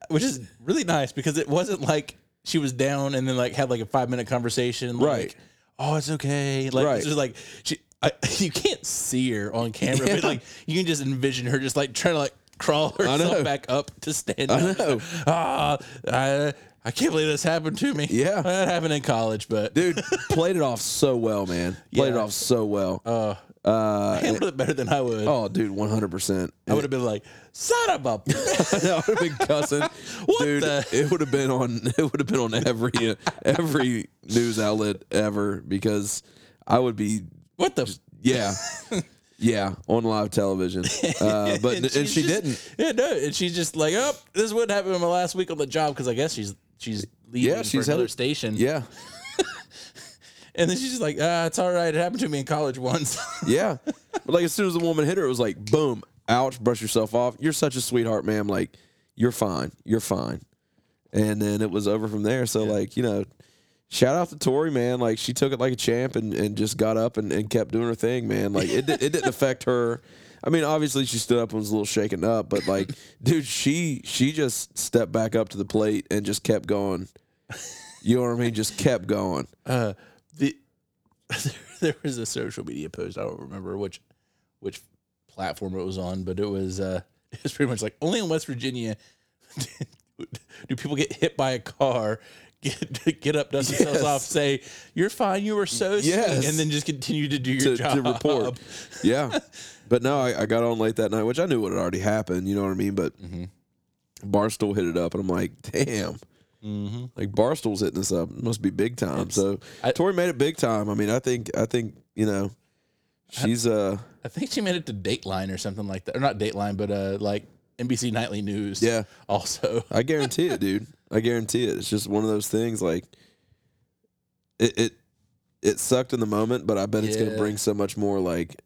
S2: which is really nice because it wasn't like she was down and then like had like a five minute conversation, like,
S1: Right.
S2: Oh, it's okay. Like
S1: Right.
S2: it's just like she, I, you can't see her on camera,
S1: Yeah.
S2: but like you can just envision her just like trying to like crawl
S1: know.
S2: herself back up to stand.
S1: I
S2: up.
S1: know.
S2: Ah, I, I can't believe this happened to me.
S1: Yeah.
S2: that happened in college, but
S1: dude played it off so well, man. Played it
S2: Yeah.
S1: off so well.
S2: uh,
S1: Uh,
S2: handled it better than I would.
S1: oh, dude, one hundred percent.
S2: I would have been like, son of a. bitch."
S1: I would have been cussing.
S2: What
S1: Dude,
S2: the-
S1: it would have been on. It would have been on every uh, every news outlet ever because I would be
S2: what the?
S1: yeah yeah on live television. Uh, but and,
S2: she's
S1: she didn't.
S2: just- Yeah, no, and she's just like, oh, this wouldn't happen in my last week on the job because I guess she's she's leaving
S1: Yeah, she's
S2: for another
S1: headed-
S2: station.
S1: Yeah
S2: and then she's just like, ah, it's all right. It happened to me in college once.
S1: yeah. But like as soon as the woman hit her, it was like boom, ouch, brush yourself off. You're such a sweetheart, ma'am. Like you're fine, you're fine. And then it was over from there. So like you know, shout out to Tori, man. Like she took it like a champ and, and just got up and, and kept doing her thing, man. Like it did, it didn't affect her. I mean, obviously she stood up and was a little shaken up, but like, dude, she she just stepped back up to the plate and just kept going. You know what I mean? Just kept going.
S2: uh, the there was a social media post. I don't remember which which platform it was on, but it was uh, it was pretty much like only in West Virginia do people get hit by a car. Get, get up, dust themselves
S1: Yes.
S2: off, say you're fine, you were so sweet,
S1: Yes.
S2: and then just continue to do your
S1: to,
S2: job.
S1: to report. Yeah. but no, I, I got on late that night, which I knew would had already happened. You know what I mean? But
S2: Mm-hmm.
S1: Barstool hit it up, and I'm like, damn. Like Barstool's hitting this up. It must be big time. so
S2: I-
S1: Tori made it big time. I mean, I think, I think, you know, she's uh
S2: I think she made it to Dateline or something like that, or not Dateline, but uh, like NBC Nightly News.
S1: Yeah. Um,
S2: Also,
S1: I guarantee it, dude. I guarantee it. It's just one of those things. Like, it it it sucked in the moment, but I bet it's gonna
S2: Yeah.
S1: bring so much more like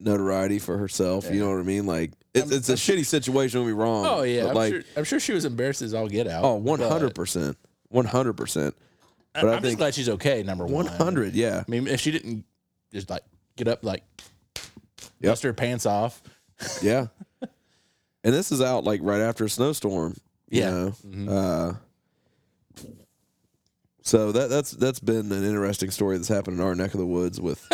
S1: notoriety for herself. You
S2: Yeah.
S1: know what I mean? Like, it's
S2: I'm-
S1: it's a
S2: I'm
S1: shitty situation. Don't be wrong.
S2: oh yeah,
S1: but,
S2: I'm,
S1: like
S2: sure, I'm sure she was embarrassed as all get out.
S1: Oh, 100 percent, one hundred percent,
S2: but uh,
S1: but I
S2: I'm just
S1: think-
S2: glad she's okay. Number
S1: one
S2: one,
S1: hundred. Yeah,
S2: I mean, if she didn't just like get up, like
S1: Yep.
S2: dust her pants off.
S1: yeah. and this is out like right after a snowstorm. You
S2: Yeah. Mm-hmm.
S1: Know? Uh, so that that's that's been an interesting story that's happened in our neck of the woods with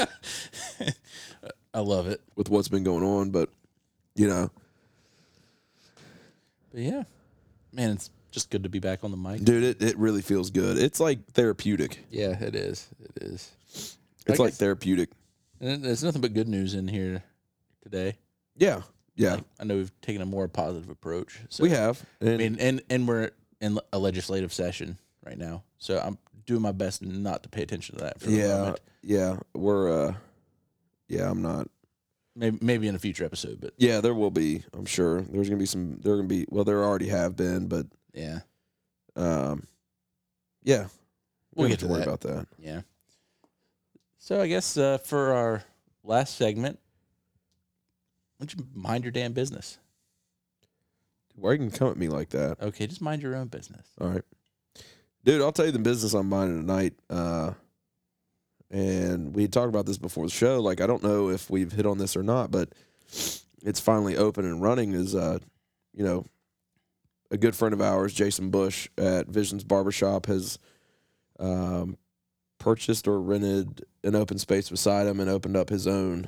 S2: I love it.
S1: with what's been going on, but you know,
S2: But yeah, man, it's just good to be back on the mic.
S1: dude, it, it really feels good. It's like therapeutic.
S2: Yeah, it is. It is.
S1: It's
S2: I
S1: like
S2: guess-
S1: therapeutic.
S2: And there's nothing but good news in here today.
S1: Yeah, yeah,
S2: Like, I know we've taken a more positive approach. So
S1: we have. And
S2: I mean, and and we're in a legislative session right now, so I'm doing my best not to pay attention to that. For the
S1: yeah,
S2: moment.
S1: yeah, we're uh, yeah, I'm not.
S2: maybe maybe in a future episode, but
S1: Yeah, there will be. I'm sure there's gonna be some. There are gonna be. Well, there already have been, but
S2: yeah,
S1: um, yeah, don't
S2: We'll get
S1: have
S2: to
S1: worry
S2: that.
S1: about that.
S2: yeah. So I guess uh, for our last segment, why don't you mind your damn business?
S1: Why you can come at me like that?
S2: Okay, just mind your own business.
S1: All right, dude. I'll tell you the business I'm minding tonight. Uh, and we had talked about this before the show. Like, I don't know if we've hit on this or not, but it's finally open and running. Is uh, you know, a good friend of ours, Jason Bush at Visions Barbershop, has um, purchased or rented an open space beside him and opened up his own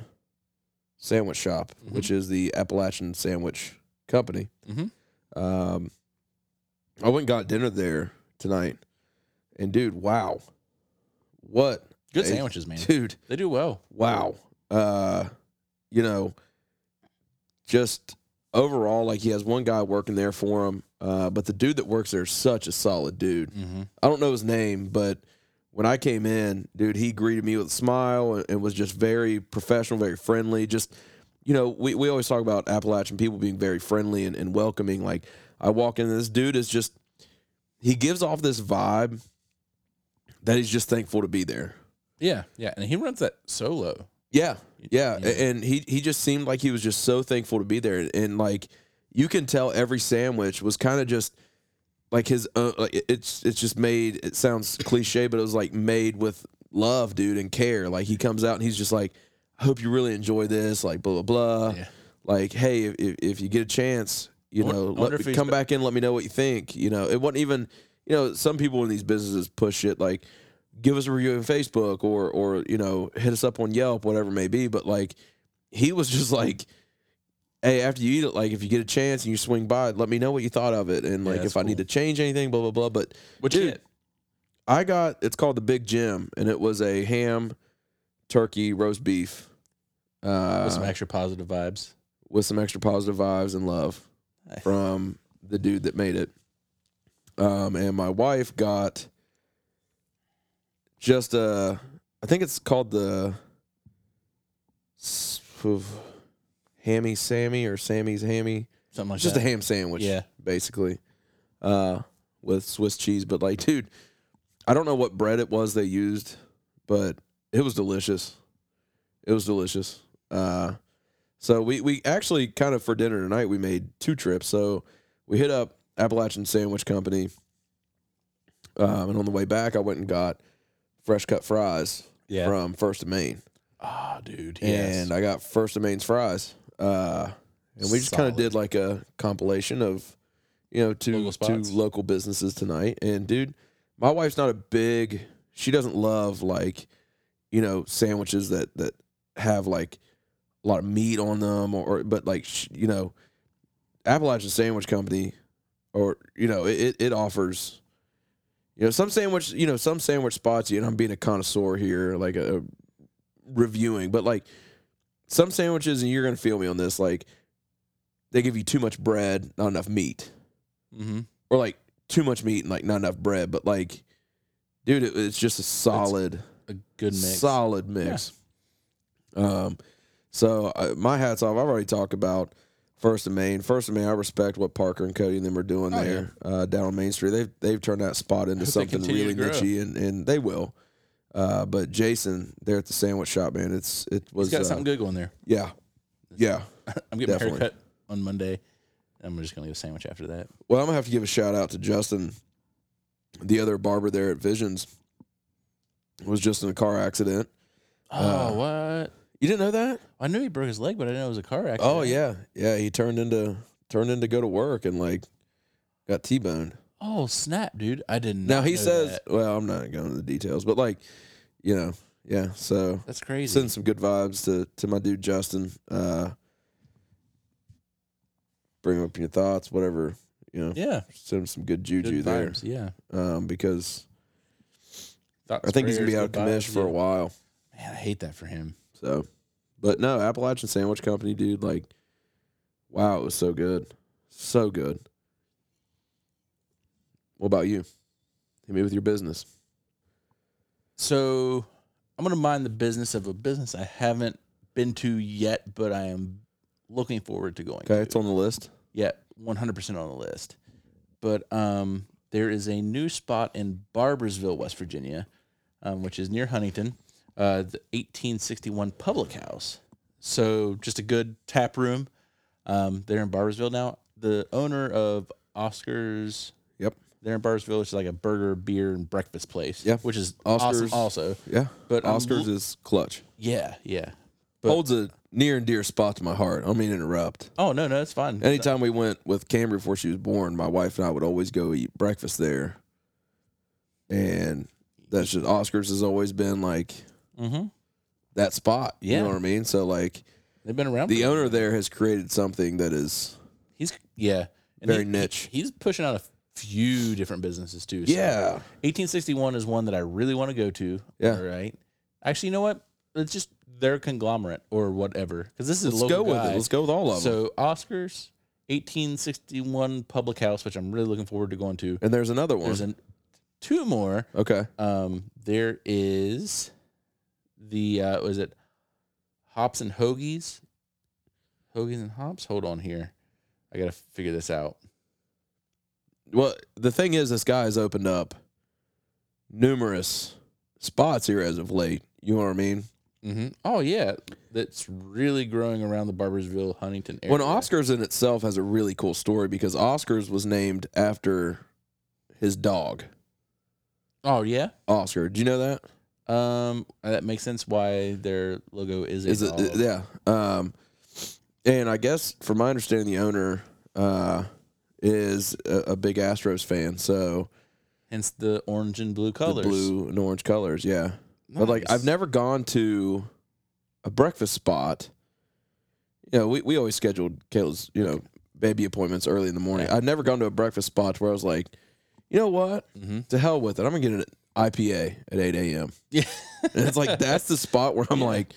S1: sandwich shop,
S2: Mhm.
S1: which is the Appalachian Sandwich Company.
S2: Mhm.
S1: Um, I went and got dinner there tonight, and dude, wow, what
S2: Good
S1: Hey,
S2: sandwiches, man.
S1: dude
S2: They do well.
S1: wow uh you know just overall like he has one guy working there for him uh but the dude that works there is such a solid dude
S2: Mm-hmm.
S1: i don't know his name but when i came in dude he greeted me with a smile and, and was just very professional very friendly just you know we, we always talk about appalachian people being very friendly and, and welcoming like i walk in and this dude is just he gives off this vibe that he's just thankful to be there
S2: Yeah, yeah, and he runs that solo.
S1: yeah, yeah,
S2: yeah.
S1: a- and he he just seemed like he was just so thankful to be there, and, like you can tell every sandwich was kind of just like his own. Like it- it's it's just made. It sounds cliche, but it was like made with love, dude, and care. Like he comes out and he's just like, I hope you really enjoy this. Like blah blah blah.
S2: Yeah.
S1: Like hey, if, if if you get a chance, you
S2: I won-
S1: know,
S2: I
S1: let
S2: wonder if
S1: me,
S2: he's
S1: come
S2: ba-
S1: back in. Let me know what you think. You know, it wasn't even. You know, some people in these businesses push it like give us a review on Facebook or or you know hit us up on Yelp, whatever it may be. But like he was just like, hey, after you eat it, like if you get a chance and you swing by, let me know what you thought of it, and
S2: Yeah,
S1: like
S2: that's
S1: if I need to
S2: cool.
S1: change anything, blah blah blah. But
S2: Which
S1: Dude. I got it's called the Big Jim, and it was a ham, turkey, roast beef Uh,
S2: with some extra positive vibes.
S1: with some extra positive vibes and love
S2: Nice.
S1: from the dude that made it. Um, and my wife got just a, I think it's called the s- oof, Hammy Sammy or Sammy's Hammy.
S2: Something like
S1: It's just
S2: that.
S1: a ham sandwich,
S2: Yeah.
S1: basically, uh, with Swiss cheese. But like, dude, I don't know what bread it was they used, but it was delicious. It was delicious. Uh, so we we actually kind of for dinner tonight we made two trips. So we hit up Appalachian Sandwich Company, um, and on the way back I went and got fresh cut fries
S2: yeah.
S1: from First of Maine,
S2: Ah, dude. Yes.
S1: and I got First of Maine's fries. Uh, and we just kind of
S2: Solid.
S1: did like a compilation of you know two
S2: Local
S1: two
S2: spots.
S1: local businesses tonight and dude my wife's not a big she doesn't love like you know sandwiches that that have like a lot of meat on them or, or- but like sh- you know appalachian sandwich company or you know it, it- it offers you know some sandwich you know some sandwich spots you know i'm being a connoisseur here like a, a reviewing but like some sandwiches and you're gonna feel me on this like they give you too much bread, not enough meat,
S2: mm-hmm.
S1: or like too much meat and like not enough bread. But like, dude, it, it's just a solid,
S2: a good mix.
S1: solid mix. Um, so uh, my hats off. I've already talked about First and Main. First and Main, I respect what Parker and Cody and them are doing
S2: Oh,
S1: there uh, down on Main Street. They've they've turned that spot into
S2: hope they
S1: something
S2: continue
S1: really
S2: to grow.
S1: nichey, and and they will. Uh, but Jason there at the sandwich shop, man, it's it was
S2: He's got
S1: uh,
S2: something good going there.
S1: yeah, yeah.
S2: I'm getting
S1: Definitely.
S2: my hair cut on Monday. I'm just gonna get a sandwich after that.
S1: Well, I'm gonna have to give a shout out to Justin, the other barber there at Visions, was just in a car accident.
S2: Oh,
S1: Uh,
S2: what?
S1: You didn't know that?
S2: I knew he broke his leg, but I didn't know it was a car accident.
S1: Oh yeah, yeah. He turned into turned into go to work and like got T-boned.
S2: Oh snap, dude! I didn't.
S1: Now he says, well, I'm not going into the details, but like, you know, yeah. So
S2: that's crazy.
S1: send some good vibes to to my dude Justin. Uh, bring up your thoughts, whatever. You know,
S2: yeah,
S1: send him some good juju
S2: good
S1: there
S2: vibes. Yeah,
S1: um, because
S2: Thoughts,
S1: I think he's gonna be
S2: prayers,
S1: out of
S2: good
S1: commission
S2: vibes,
S1: for a
S2: yeah.
S1: while.
S2: Man, I hate that for him.
S1: So, but no, Appalachian Sandwich Company, dude, like, wow, it was so good. So good. What about you? Hit me with your business.
S2: So I'm gonna mind the business of a business I haven't been to yet, but I am looking forward to going.
S1: Okay,
S2: to.
S1: it's on the list.
S2: Yeah, 100% on the list. But um, there is a new spot in Barbersville, West Virginia, um, which is near Huntington, uh, the 1861 Public House. So just a good tap room. Um, they're in Barbersville now. The owner of Oscars,
S1: Yep.
S2: they're in Barbersville, which is like a burger, beer, and breakfast place.
S1: Yeah.
S2: which is
S1: Oscars.
S2: awesome also.
S1: Yeah.
S2: But I'm
S1: Oscars
S2: l-
S1: is clutch.
S2: yeah, yeah. But-
S1: Holds a near and dear spot to my heart. I don't mean to interrupt.
S2: Oh no, no, it's fine.
S1: Anytime we went with Cam before she was born, my wife and I would always go eat breakfast there. And that's just Oscars has always been like
S2: hmm
S1: that spot. You
S2: Yeah.
S1: know what I mean? So like
S2: They've been around.
S1: the
S2: for-
S1: owner there has created something that is
S2: he's yeah, And
S1: very
S2: he-
S1: niche.
S2: he's pushing out a few different businesses too. so-
S1: Yeah,
S2: 1861 is one that I really want to go to.
S1: Yeah.
S2: All right. Actually, you know what? It's just their conglomerate or whatever. Because this is
S1: let's
S2: a
S1: go
S2: local
S1: with
S2: guy.
S1: it. Let's go with all of them.
S2: So Oscars, 1861 Public House, which I'm really looking forward to going to.
S1: And there's another one.
S2: There's an, two more.
S1: okay,
S2: Um, there is the uh, was it Hops and Hoagies, Hoagies and Hops. Hold on here, I gotta figure this out.
S1: well the thing is, this guy has opened up numerous spots here as of late. You know what I mean?
S2: hmm Oh yeah, that's really growing around the Barbersville Huntington area.
S1: When Oscars in itself has a really cool story because Oscars was named after his dog
S2: Oh yeah.
S1: Oscar. Do you know that?
S2: Um, that makes sense. Why their logo is a
S1: Is
S2: dog.
S1: it? Yeah. Um, and I guess from my understanding, the owner uh, is a, a big Astros fan, so.
S2: Hence the orange and blue
S1: the
S2: colors.
S1: blue and orange colors. Yeah, but like
S2: Nice.
S1: I've never gone to a breakfast spot. You know, we, we always scheduled Kayla's you know baby appointments early in the morning. I've never gone to a breakfast spot where I was like, you know what,
S2: Mhm.
S1: to hell with it. I'm gonna get an IPA at eight a.m.
S2: Yeah.
S1: and it's like that's the spot where I'm like,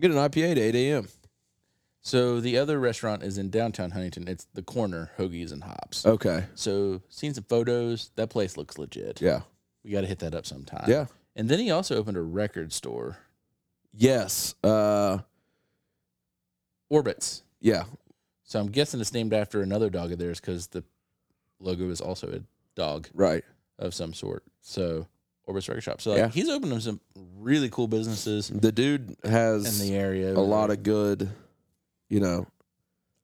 S1: Get an IPA to 8 a.m.
S2: So the other restaurant is in downtown Huntington. It's the corner Hoagies and Hops.
S1: Okay.
S2: So seen some photos. That place looks legit.
S1: Yeah.
S2: We got to hit that up sometime.
S1: Yeah.
S2: And then he also opened a record store,
S1: Yes. Uh,
S2: Orbits.
S1: yeah.
S2: So I'm guessing it's named after another dog of theirs because the logo is also a dog
S1: Right.
S2: of some sort. So Orbits Record Shop. So like,
S1: Yeah.
S2: he's opening some really cool businesses
S1: The dude
S2: in
S1: has
S2: the area.
S1: a lot of good. You know,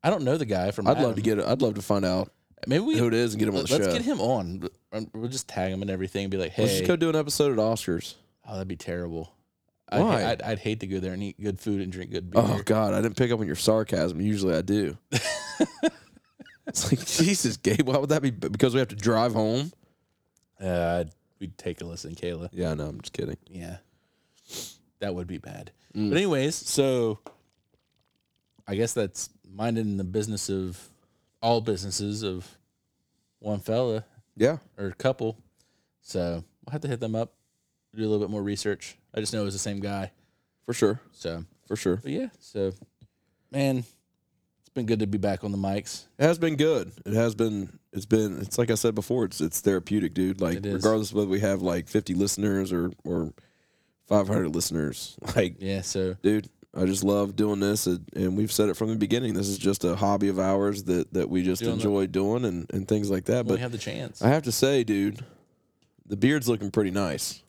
S2: I don't know the guy from.
S1: I'd love to
S2: Adam.
S1: get. I'd love to find out
S2: Maybe we
S1: who it is and get him on the
S2: let's
S1: show.
S2: get him on. Um, We'll just tag him and everything. And be like, hey,
S1: Let's just go do an episode at Oscars.
S2: oh, that'd be terrible.
S1: Why?
S2: I'd, I'd, I'd hate to go there and eat good food and drink good beer.
S1: Oh God, I didn't pick up on your sarcasm. Usually I do. it's like Jesus, Gabe. Why would that be? Because we have to drive home.
S2: Uh, I'd- we'd take a listen, Kayla.
S1: Yeah, no, I'm just kidding.
S2: Yeah, that would be bad. But anyways, so I guess that's minding the business of all businesses of one fella
S1: Yeah,
S2: or couple. So we'll have to hit them up, do a little bit more research. I just know it was the same guy.
S1: for sure,
S2: So,
S1: for sure.
S2: but yeah, so man, it's been good to be back on the mics.
S1: It has been good. It has been. It's been. It's like I said before. It's it's therapeutic, dude. Like
S2: It is.
S1: regardless of whether we have like 50 listeners or or 500 listeners, like
S2: Yeah, so
S1: dude, I just love doing this, and, and we've said it from the beginning. This is just a hobby of ours that that we just
S2: Doing the-
S1: enjoy doing and and things like that.
S2: we
S1: But
S2: have the chance.
S1: I have to say, dude, the beard's looking pretty nice.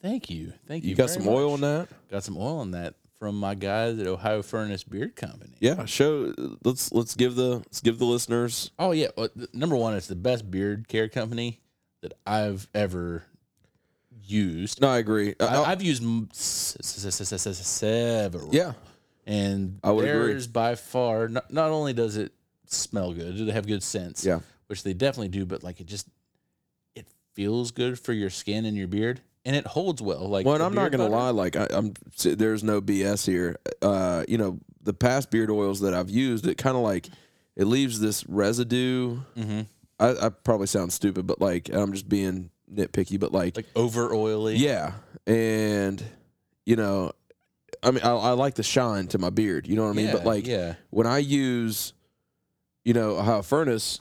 S2: Thank you, thank you.
S1: You got
S2: very
S1: some oil
S2: much.
S1: in that?
S2: Got some oil on that from my guys at Ohio Furnace Beard Company.
S1: Yeah. Show. Let's let's give the let's give the listeners.
S2: Oh yeah, well, th- number one, it's the best beard care company that I've ever used.
S1: No, I agree. Uh, I- I-
S2: I, I've used m- s- s- s- s- s- s- several.
S1: yeah.
S2: and
S1: I would agree.
S2: theirs by far. Not, not only does it smell good, do they have good scents?
S1: Yeah.
S2: which they definitely do. But like it just, it feels good for your skin and your beard, and it holds well. Like,
S1: Well, and
S2: the
S1: I'm not
S2: beard
S1: gonna
S2: butter-
S1: lie. Like I, I'm, there's no BS here. Uh, you know, the past beard oils that I've used, it kind of like it leaves this residue.
S2: Mhm.
S1: I, I probably sound stupid, but like I'm just being nitpicky. But like,
S2: like over oily.
S1: yeah, and you know, I mean, I, I like the shine to my beard. You know what I mean? but
S2: Yeah,
S1: like,
S2: yeah,
S1: when I use, you know, Ohio Furnace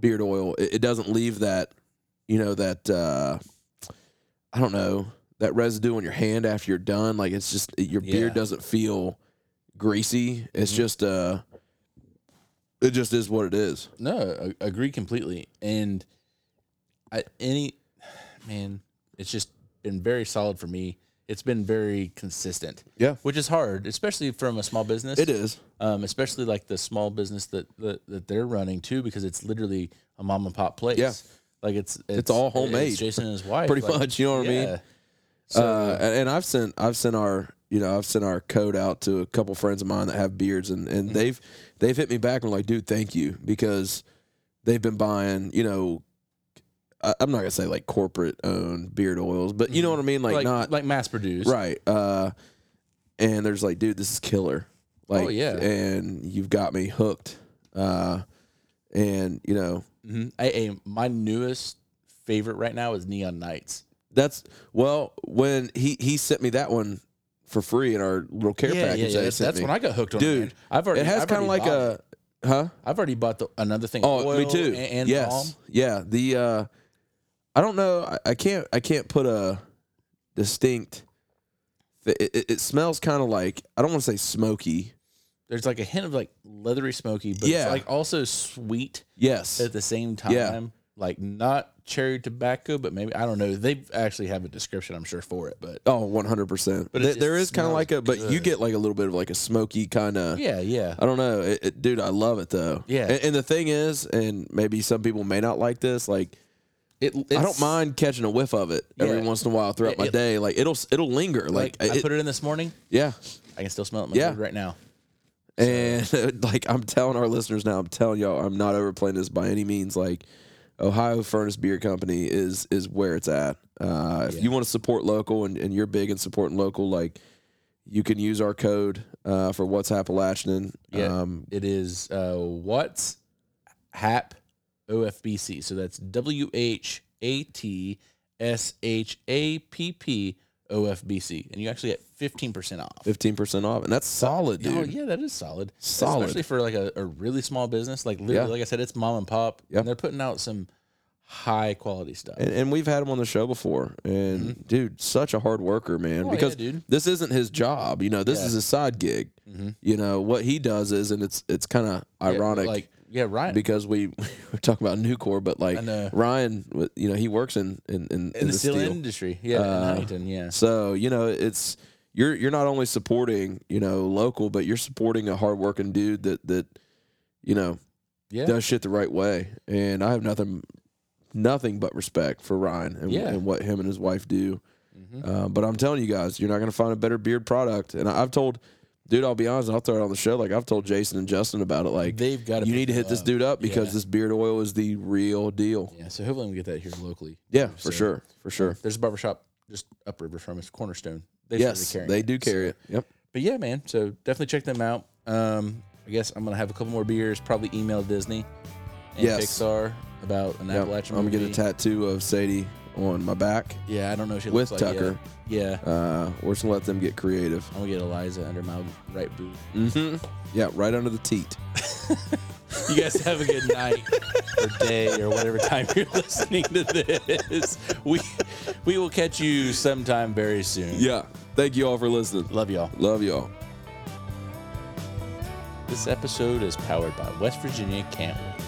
S1: beard oil, it, it doesn't leave that, you know, that uh, I don't know that residue on your hand after you're done. Like it's just your beard
S2: Yeah. Mm-hmm.
S1: doesn't feel greasy. It's just uh, it just is what it is.
S2: no, I, agree completely. And I, any man, it's just been very solid for me. It's been very consistent.
S1: Yeah.
S2: which is hard, especially from a small business.
S1: It is.
S2: um, especially like the small business that, that that they're running too, because it's literally a mom and pop place.
S1: Yeah.
S2: like it's it's,
S1: all homemade.
S2: Jason and his wife,
S1: Pretty
S2: like,
S1: much, you know what I mean?
S2: yeah. So
S1: uh, and, and I've sent I've sent our you know I've sent our code out to a couple friends of mine that have beards, and, and
S2: Mm-hmm.
S1: they've they've hit me back and like, dude, thank you because they've been buying you know I, I'm not gonna say like corporate owned beard oils, but you know what I mean, like,
S2: Mm-hmm. like
S1: not
S2: like mass produced,
S1: right. Uh, and there's like, dude, this is killer. Like,
S2: Oh, yeah.
S1: and you've got me hooked. Uh, and you know
S2: hmm I, I- my newest favorite right now is Neon Nights.
S1: that's well when he he sent me that one for free in our little care package. that he
S2: That's,
S1: sent
S2: that's
S1: me.
S2: when I got hooked on it,
S1: Dude,
S2: man. I've already
S1: It has
S2: I've
S1: kind of
S2: already
S1: like
S2: bought it.
S1: a huh?
S2: I've already bought the another thing.
S1: Oh, me
S2: oil
S1: too.
S2: And, and
S1: yes,
S2: balm.
S1: yeah. The uh, I don't know. I, I can't. I can't put a distinct. It, it, it smells kind of like I don't want to say smoky.
S2: There's like a hint of like leathery smoky, but
S1: Yeah.
S2: it's like also sweet.
S1: Yes,
S2: at the same time.
S1: Yeah.
S2: Like not cherry tobacco, but maybe I don't know. They actually have a description, I'm sure, for it. But
S1: oh, one hundred percent.
S2: But
S1: But
S2: it just
S1: there is kind of
S2: smells
S1: like a, but you
S2: good.
S1: get like a little bit of like a smoky kind of.
S2: yeah, yeah,
S1: I don't know, it, it- dude. I love it though.
S2: Yeah.
S1: and, and the thing is, and maybe some people may not like this. Like,
S2: it,
S1: I don't mind catching a whiff of it every
S2: Yeah.
S1: once in a while throughout
S2: It-
S1: my
S2: it-
S1: day. Like, it'll it'll linger.
S2: Like
S1: Like,
S2: I
S1: it-
S2: put it in this morning,
S1: yeah.
S2: I can still smell it in my
S1: Yeah.
S2: food right now.
S1: And like I'm telling our listeners now, I'm telling y'all, I'm not overplaying this by any means. Like Ohio Furnace Beer Company is is where it's at. Uh, if you want to support local and, and you're big in supporting local, like you can use our code uh, for what's Appalachian.
S2: Yeah.
S1: Um,
S2: It is uh what's hap OFBC. So that's W H A T S H A P P OFBC, and you actually get fifteen percent off.
S1: Fifteen percent off, and that's solid, dude.
S2: Oh yeah, that is solid.
S1: Solid.
S2: especially for like a, a really small business. Like literally,
S1: Yeah.
S2: like I said, it's mom and pop,
S1: Yep.
S2: and they're putting out some high quality stuff.
S1: And, and we've had him on the show before, and dude, such a hard worker, man.
S2: Mm-hmm. Oh,
S1: because
S2: yeah, dude. Mm-hmm.
S1: this isn't his job, you know. This
S2: Yeah.
S1: is his side gig. You know what he does is, and it's it's kind of
S2: Yeah,
S1: ironic,
S2: like yeah, Ryan.
S1: because we we're talking about Nucor, but like
S2: I know.
S1: Ryan, w- you know, he works in in in,
S2: in, the steel, industry, yeah,
S1: Uh,
S2: in Huntington, yeah.
S1: So you know, it's you're you're not only supporting you know local, but you're supporting a hardworking dude that that you know
S2: Yeah.
S1: does shit the right way. And I have nothing nothing but respect for Ryan and,
S2: Yeah.
S1: and what him and his wife do.
S2: Mm-hmm.
S1: Uh, but I'm telling you guys, you're not gonna find a better beard product. And I, I've told, dude, I'll be honest, and I'll throw it on the show. Like I've told Jason and Justin about it. Like
S2: They've got
S1: you need to hit this dude up because
S2: Yeah.
S1: this beard oil is the real deal.
S2: Yeah, so hopefully we get that here locally.
S1: Yeah, for
S2: So-
S1: sure, for sure.
S2: There's a barbershop just upriver from us, Cornerstone. They started
S1: Yes,
S2: carrying
S1: they
S2: it,
S1: do
S2: so-
S1: carry it. Yep.
S2: But yeah, man. So definitely check them out. Um, I guess I'm gonna have a couple more beers. Probably email Disney and
S1: Yes.
S2: Pixar about an
S1: Yep.
S2: Appalachian.
S1: I'm gonna get a
S2: movie.
S1: tattoo of Sadie on my back
S2: Yeah, I don't know if she
S1: with
S2: looks
S1: Tucker.
S2: Like yet. Yeah,
S1: Uh, we're just gonna let them get creative.
S2: I'm gonna get Eliza under my right boot.
S1: hmm Yeah, right under the teat.
S2: You guys have a good night or day or whatever time you're listening to this. We we will catch you sometime very soon.
S1: Yeah. Thank you all for listening.
S2: Love y'all.
S1: Love y'all.
S2: This episode is powered by West Virginia Campbell.